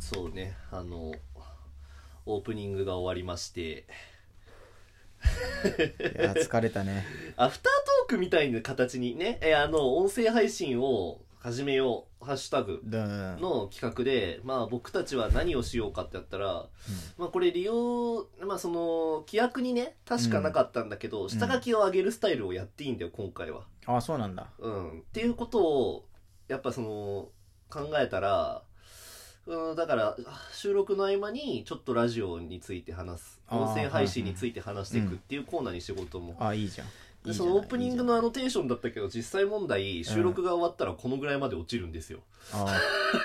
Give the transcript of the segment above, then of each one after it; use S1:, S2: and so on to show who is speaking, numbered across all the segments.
S1: そうねあのオープニングが終わりまして
S2: いや疲れたね
S1: アフタートークみたいな形にねえあの音声配信を始めよう「ハッシュタグ
S2: うんうん」
S1: の企画で、まあ、僕たちは何をしようかってやったら、まあ、これ利用、まあ、その規約にね確かなかったんだけど、下書きを上げるスタイルをやっていいんだよ今回は。
S2: あそうなんだ
S1: うん、っていうことをやっぱその考えたら、うん、だから収録の合間にちょっとラジオについて話す
S2: あー
S1: 音声配信について話していくっていうコーナーに仕事も、
S2: あいいじゃんい
S1: で
S2: いじ
S1: そ
S2: ゃない
S1: のオープニングのあのテンションだったけど実際問題収録が終わったらこのぐらいまで落ちるんですよ、
S2: あ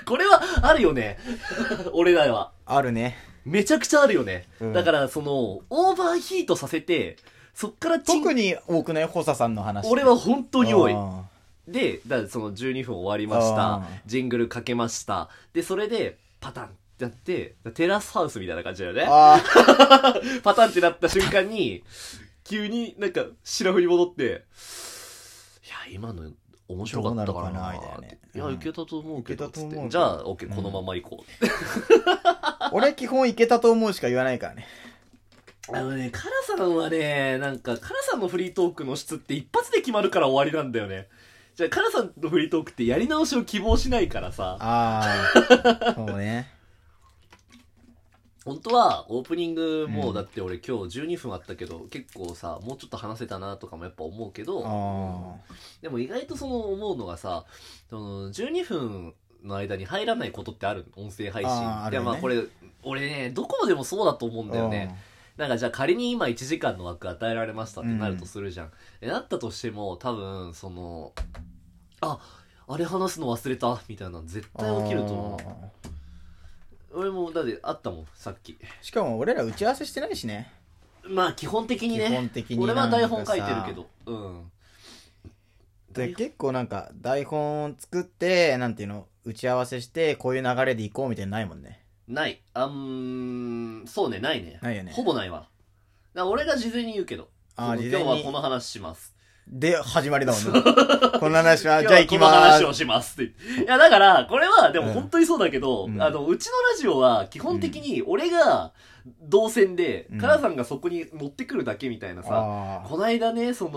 S1: これはあるよね 俺らは
S2: あるね
S1: めちゃくちゃあるよね、
S2: うん
S1: だからそのオーバーヒートさせてそっからチン
S2: 特に多くない補佐さんの話
S1: 俺は本当に多い
S2: あ
S1: で、だからその12分終わりました
S2: あー。
S1: ジングルかけました。で、それで、パタンってやって、テラスハウスみたいな感じだよね。
S2: あ
S1: パタンってなった瞬間に、急になんか、白振り戻って、いや、今の面白かったから
S2: どう
S1: な
S2: なるかなみたいなね
S1: っていや、
S2: うん
S1: 受けたと思うけど、
S2: いけたと
S1: つ
S2: 思
S1: っ
S2: うけど
S1: て。じゃあ、オッケー、
S2: うん
S1: このまま行こう。
S2: ー俺基本いけたと思うしか言わないからね
S1: あのね、カラさんはね、なんか、カラさんのフリートークの質って一発で決まるから終わりなんだよね。じゃあ、カラさんのフリートークってやり直しを希望しないからさ。
S2: あ あそうね
S1: 本当はオープニングも
S2: うん
S1: だって俺今日12分あったけど、結構さもうちょっと話せたなとかもやっぱ思うけ
S2: あ
S1: ど
S2: ー
S1: でも意外とその思うのがさその12分の間に入らないことってある音声配信
S2: あーある
S1: いや
S2: よね
S1: まあこれ俺ねどこでもそうだと思うんだよねなんかじゃあ仮に今1時間の枠与えられましたってなるとするじゃん。えなったとしても多分そのああれ話すの忘れたみたいなの絶
S2: うん
S1: 対起きると思う。
S2: あ
S1: 俺もだってあったもんさっき。
S2: ーしかも俺ら打ち合わせしてないしね
S1: まあ基本的にね
S2: 基本的に
S1: 俺は台本
S2: なんか
S1: 書い
S2: さ
S1: てるけどうん
S2: で結構なんか台本を作ってなんていうの打ち合わせしてこういう流れで行こうみたいなのないもんね
S1: ないあんそうねないね
S2: ないよね
S1: ほぼないわだから俺が事前に言うけど
S2: あ
S1: そ
S2: ー
S1: の
S2: 事前に
S1: 今日はこの話します
S2: で始まりだもんねこの話は
S1: 今日
S2: じゃあ
S1: は
S2: 行
S1: こ
S2: き
S1: の
S2: ま
S1: 話
S2: ー
S1: をしますって言っていやだからこれはで
S2: う
S1: も
S2: ん
S1: 本当にそうだけど、
S2: うん
S1: あのうちのラジオは基本的に俺が動線で、
S2: うん
S1: カラさんがそこに乗ってくるだけみたいな
S2: す
S1: さ
S2: あー
S1: こないだねそ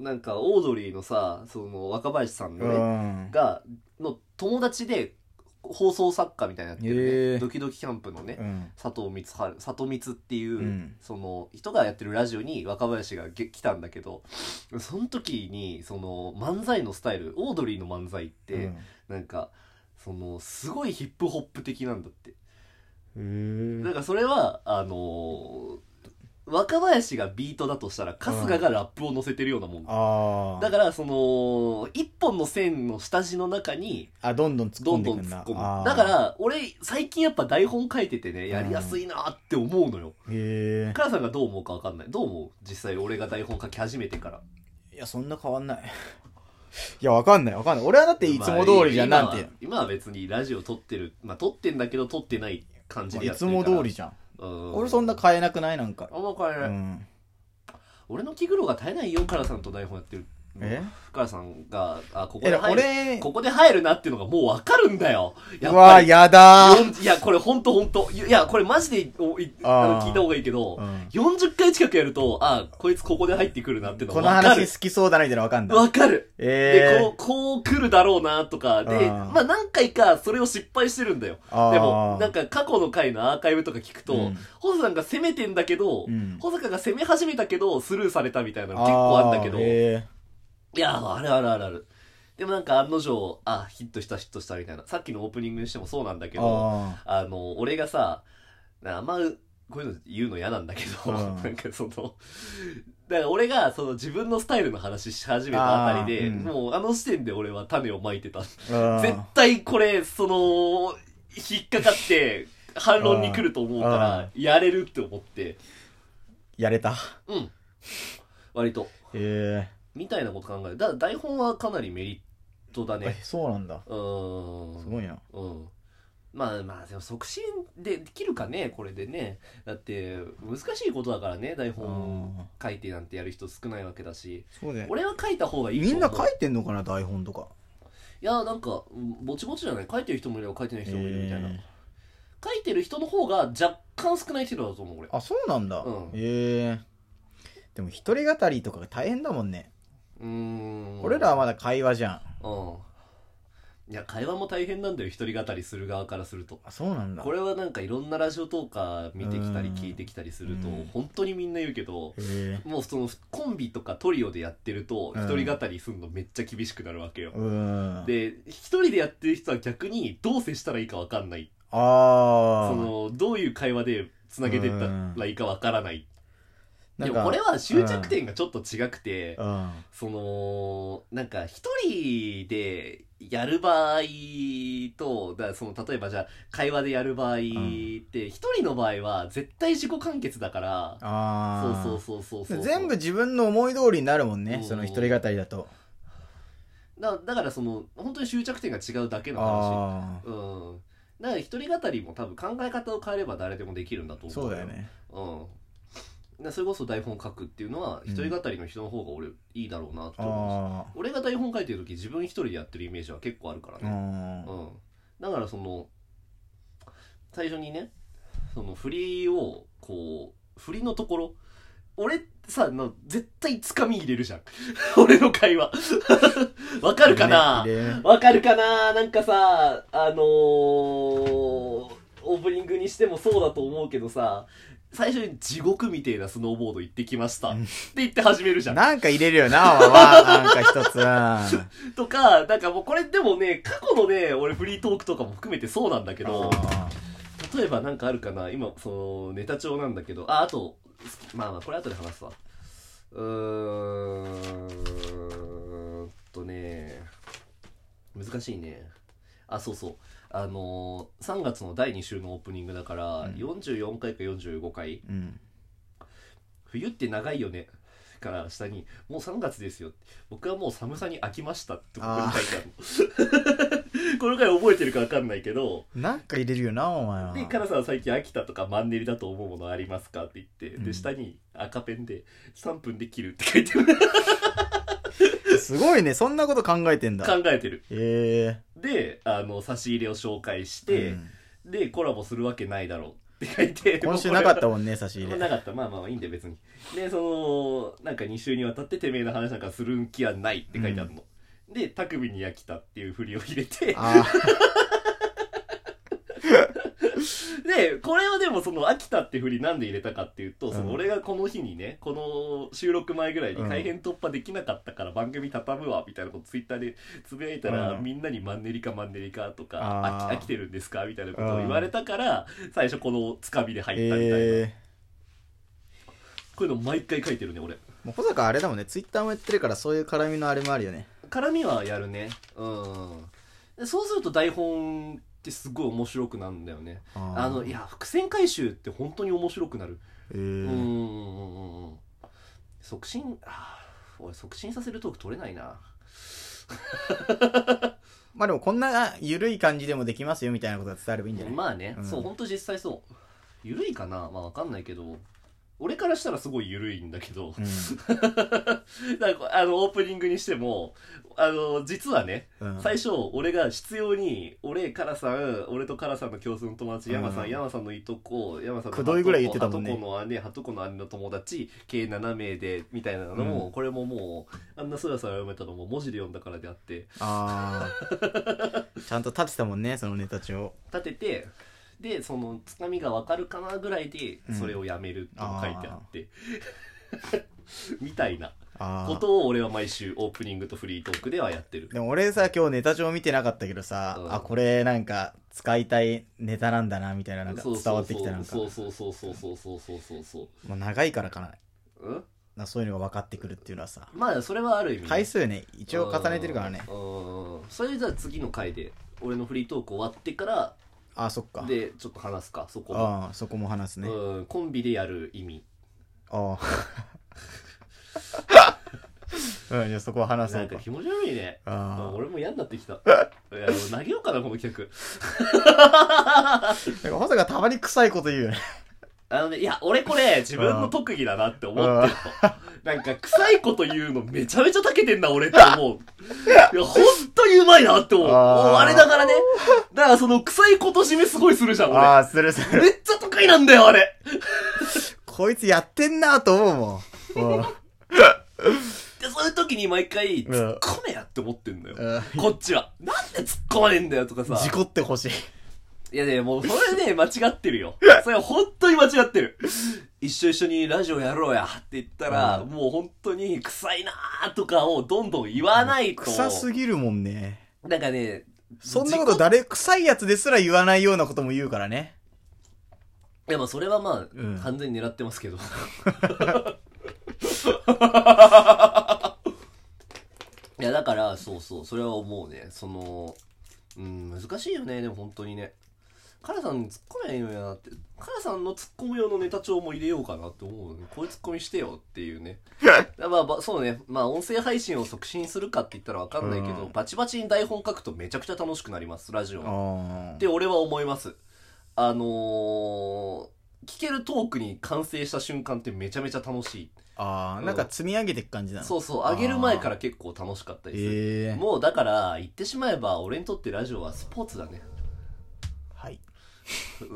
S1: のなんかオードリーのさその若林さんのね、
S2: うん
S1: がの友達で放送作家みたいなやってるね、
S2: へー
S1: ドキドキキャンプのね、
S2: うん
S1: 佐藤光春佐藤光っていう、
S2: うん
S1: その人がやってるラジオに若林がげ来たんだけどその時にその漫才のスタイルオードリーの漫才って、なんかそのすごいヒップホップ的なんだって、
S2: うん
S1: なんかそれはあのー若林がビートだとしたら春日がラップを乗せてるようなもんだ,、
S2: あ
S1: だ
S2: ー
S1: からその一本の線の下地の中に
S2: あどんどん突っ
S1: ど
S2: 込
S1: ん
S2: んで
S1: ど
S2: く
S1: ん
S2: ん
S1: 突っ
S2: だ
S1: 込
S2: あ
S1: む
S2: ー
S1: だから俺最近やっぱ台本書いててねやりやすいなって思うのよ、
S2: へ
S1: 母さんがどう思うか分かんないどう思う実際俺が台本書き始めてから
S2: えいやそんな変わんないいやわかんないわかんない俺はだっていつも通りじゃん、
S1: まあ
S2: なんていう
S1: 今は今は別にラジオ撮ってるまあ撮ってんだけど撮ってない感じ
S2: まあ
S1: でや
S2: い
S1: って
S2: つ
S1: るから
S2: も通りじゃん
S1: うん
S2: 俺そんな変えなくないなんか
S1: あんま変え
S2: う
S1: ない、
S2: ん
S1: 俺の気苦労が絶えないよカラさんと台本やってる
S2: え
S1: カラさんがあここ
S2: え
S1: で入る
S2: 俺
S1: ここで入るなっていうのがもう分かるんだよやっ
S2: う
S1: ぱ
S2: わ
S1: り
S2: やだー
S1: 40いや、これほんとほんと。いや、これマジでおい
S2: あ
S1: あ
S2: ー
S1: の聞いた方がいいけど、
S2: うん
S1: 40回近くやると、あ、こいつここで入ってくるなっての
S2: こ
S1: わ
S2: の
S1: かる
S2: 話。好きそうだなみたいなのわかんだ
S1: わかる。で、
S2: え
S1: こう、こう来るだろうなとか、で、
S2: あー
S1: まあ何回かそれを失敗してるんだよ。
S2: えー
S1: でも、なん
S2: か
S1: か過去の回のアーカイブとか聞くと、
S2: うん
S1: 保坂さんが攻めてんだけど、
S2: うん
S1: 保坂が攻め始めたけど、スルーされたみたいなの結構あんだけど、
S2: え
S1: いやー、あるあるあるある。でもなんか案の定、あ、ヒットしたヒットしたみたいな。さっきのオープニングにしてもそうなんだけ
S2: ー、
S1: ど、
S2: あ
S1: あの、俺がさ、なあんまこういうの言うの嫌なんだけど、
S2: うん
S1: なんかその、だから俺がその自分のスタイルの話し始めたあたりで、
S2: あーうん
S1: もうあの時点で俺は種をまいてた。
S2: ー
S1: 絶対これ、その、引っかかって反論に来ると思うか
S2: うん
S1: ら、やれるって思って、
S2: やれた
S1: うん。割と、
S2: え
S1: みたいなこと考える。だから台本はかなりメリットだ
S2: ー、え
S1: ね。
S2: そうなんだ
S1: うーん。
S2: すごいな
S1: うんまあまあでも促進でできるかねこれでねだって難しいことだからね台
S2: あー
S1: 本書いてなんてやる人少ないわけだし
S2: そうだよ
S1: 俺は書いた方がいいと
S2: み
S1: 思うん
S2: な書いてんのかな台本とか
S1: いやなんかうんぼちぼちじゃない書いてる人もいれば書いてない人もいるみたいな、
S2: えー
S1: てる人の方が若干少ない程度だと思う俺
S2: あそうなんだ、
S1: うん
S2: へえでも一人語りとかが大変だもんね、
S1: うーん
S2: 俺らはまだ会話じゃん
S1: うんいや会話も大変なんだよ一人語りする側からすると
S2: あそうなんだ
S1: これはなんかいろんなラジオトーカー見てきたり
S2: うん
S1: 聞いてきたりすると
S2: うん
S1: 本当にみんな言うけど
S2: へえ
S1: もうそのコンビとかトリオでやってると
S2: うん
S1: 一人語りするのめっちゃ厳しくなるわけよ
S2: うん
S1: で一人でやってる人は逆にどう接したらいいか分かんない
S2: ああ
S1: そのどういう会話でつなげてったらいいか分からない
S2: な
S1: で
S2: ん
S1: も
S2: か
S1: これは執着点がちょっと違くて、
S2: うん
S1: そのなんか一人でやる場合とだその例えばじゃあ会話でやる場合って一人の場合は絶対自己完結だから、
S2: ああ
S1: そうそうそうそうそう
S2: 全部自分の思い通りになるもんね
S1: うん
S2: その一人語りだと
S1: だだからその本当に執着点が違うだけの話
S2: あ
S1: うんだから一人語りも多分考え方を変えれば誰でもできるんだと
S2: あ
S1: 思う
S2: そうだよね
S1: うんだそれこそ台本書くっていうのは
S2: うん
S1: 一人語りの人の方が俺いいだろうなって思うし
S2: あ
S1: 俺が台本書いてる時自分一人でやってるイメージは結構あるから
S2: あう
S1: ね、
S2: ん
S1: うんだからその最初にねその振りをこう振りのところ俺さの絶対つかみ入れるじゃん 俺の会話 わかるかな
S2: 入れる
S1: わかるかななんかさ、あのー、オープニングにしてもそうだと思うけどさ、最初に地獄みてえなスノーボード行ってきましたって言って始めるじゃん。
S2: なんか入れるよな、お前はなんか一つうん
S1: とか、なんかもうこれでもね、過去のね、俺フリートークとかも含めてそうなんだけど、
S2: あ
S1: 例えばなんかあるかな今、その、ネタ帳なんだけど、あ、あと、まあまあ、これ後で話すわ。うーんとね、難しいね。あ、そうそう。あのー、3月の第2週のオープニングだから、
S2: うん
S1: 44回か45回、
S2: ーうん
S1: 冬って長いよね。から下に、もう3月ですよ。僕はもう寒さに飽きましたってここに書いてある の。この回覚えてるかわかんないけど、
S2: なんか入れるよな、お前は。
S1: で、カナさんは最近秋田とかマンネリだと思うものありますかって言って、
S2: う
S1: で、
S2: ん
S1: 下に赤ペンで3分で切るって書いてる。
S2: すごいね、そんなこと考えてんだ。
S1: 考えてる。
S2: え
S1: で、あの、差し入れを紹介し
S2: え
S1: て、で、コラボするわけないだろうって書いて。
S2: 今週なかった
S1: も
S2: もんね、差し
S1: う
S2: 入
S1: これ
S2: れ。
S1: はなかった。まあまあまあいいんで別に。で、その、なんか2週にわたっててめえの話なんかするん気はないって書いてあるの。で、匠に飽きたっていうふりを入れて、
S2: あ
S1: で、これをでもその秋田って振りなんで入れたかっていうと、そうの
S2: ん
S1: 俺がこの日にね、この収録前ぐらいに
S2: うん
S1: 改編突破できなかったから番組畳むわ、みたいなことツイッターでつぶやいたら、
S2: うん
S1: みんなにマンネリかマンネリかとか、
S2: あー
S1: 飽き飽きてるんですかみたいなことを言われたから、最初このつかみで入ったみたいな。
S2: え
S1: こういうの毎回書いてるね、俺。
S2: えもう小坂あれだもんね、ツイッターもやってるから、そういう絡みのあれもあるよね。
S1: 絡みはやるね。うん。でそうすると台本ってすごい面白くなるんだよね。
S2: あー
S1: あの、い、や、伏線回収って本当に面白くなる。
S2: ええ
S1: うんうんうんうん促進あー俺促進させるトーク取れないな
S2: まあでも、こんな緩い感じでもできますよ、みたいなことが伝わればいいんじゃない
S1: まあね、
S2: うん
S1: そう本当実際そう緩いかなまあわかんないけど俺からしたらすごい緩いんだけど、
S2: う
S1: なんかあのオープニングにしてもあの実はね、
S2: んうん
S1: 最初俺が必要に俺からさん俺とからさんの共通の友達
S2: うん
S1: 山さん、山さんのいとこ山さんの
S2: くどいぐらい言ってたもんね
S1: はとこの姉はとこの姉の友達計7名でみたいなのも、これももうあんなすらさら読めたのも文字で読んだからであって
S2: あ あちゃんと立てたもんね、そのネタ帳。
S1: 立ててでそのつかみがわかるかなぐらいで
S2: うん
S1: それをやめるって書いてあって、 みたいな
S2: ああ
S1: ことを俺は毎週オープニングとフリートークではやってる
S2: でも俺さ今日ネタ帳見てなかったけどさ、
S1: うん
S2: あこれなんか使いたいネタなんだなみたいななんか
S1: そう
S2: 伝わってきたなんか
S1: そうそうそうそうそうそうそうそうそう
S2: もう長いからかな
S1: そううん
S2: なそういうのが分かってくるっていうのはさ
S1: まあそれはある意味ね
S2: 回数ね一応重ねてるからね
S1: うんうんそれじゃあ次の回で俺のフリートーク終わってから
S2: あそっか
S1: でちょっと話すかそこも
S2: ああそこも話すね
S1: うんコンビでやる意味
S2: ああうんじゃあそこは話そ
S1: な
S2: うん
S1: か
S2: か
S1: 気持ち悪いね
S2: あ
S1: うん
S2: あ
S1: 俺も嫌になって きたいやもう投げようかなこの企画
S2: なんかまさかたまに臭いこと言うよね
S1: あのね、いや、俺これ自分の特技だなって思 ってるの。なんか、臭いこと言うのめちゃめちゃ長けてんな、俺って思 う。いや、ほんとにうまいなって思う。もう
S2: あー
S1: あれだからね。だからその臭いこと締めすごいするじゃん、 俺。
S2: ああ、するする。
S1: めっちゃ得意なんだよ、あれ。
S2: こいつやってんなと思 うもん。うん
S1: で、そういう時に毎回、
S2: うん
S1: 突っ込めやって思ってんだよ。
S2: うん
S1: こっちは。なんで突っ込まねえんだよとかさ。
S2: 事故ってほしい。
S1: いやね、もうそれね、間違って るよ。それ本当に間違ってる。一緒一緒にラジオやろうやって言ったら、
S2: うん
S1: もう本当に臭いなーとかをどんどん言わないと。
S2: 臭すぎるもんね。
S1: なんかね、
S2: そんなこと誰、臭いやつですら言わないようなことも言うからね。
S1: いやまあそれはまあ、
S2: うん
S1: 完全に狙ってます けど。いやだから、そうそう、それは思うね。その、うん、難しいよね、でも本当にね。カラさん突っ込めないのやなって。カラさんの突っ込む用のネタ帳も入れようかなって思うね。こういう突っ込みしてよっていうね。まあ、ばそうね。まあ、音声配信を促進するかって言ったらわかんないけど、
S2: うん
S1: バチバチに台本書くとめちゃくちゃ楽しくなります、ラジオは。
S2: あ
S1: って俺は思いますあのー、聞けるトークに完成した瞬間ってめちゃめちゃ楽しい
S2: あー、なんか積み上げていく感じなの。
S1: そうそう上げる前から結構楽しかったりする、
S2: ええ
S1: もうだから言ってしまえば俺にとってラジオはスポーツだね
S2: はい。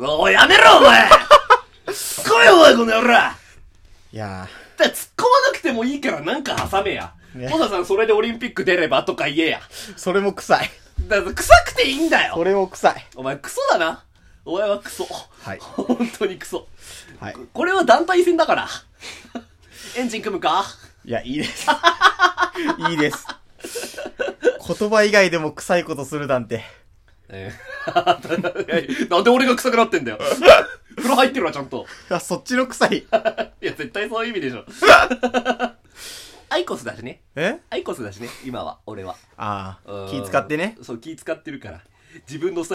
S1: おいやめろお前突っ込めよお前この野郎だか
S2: いや
S1: ら突っ込まなくてもいいからなんか挟めや
S2: ね
S1: 小田さんそれでオリンピック出ればとか言えや
S2: ー、それも臭い。
S1: だから臭くていいんだよ
S2: それも臭い。
S1: お前クソだなお前はクソ
S2: はい。
S1: 本当にクソ
S2: はい。
S1: これは団体戦だ から。エンジン組むか
S2: いや、いい です。いいです。言葉以外でも臭いことするなんて。
S1: ええ。 なんで俺が臭くなってん だよ。風呂入ってるわ、ちゃんと。
S2: あ、そっちの臭い。
S1: いや、絶対そういう意味でしょ。 アイコスだしね。
S2: え
S1: アイコスだしね、今は、俺は。
S2: ああ
S1: うん、
S2: 気使ってね。
S1: そう、気使ってるから。自分のさ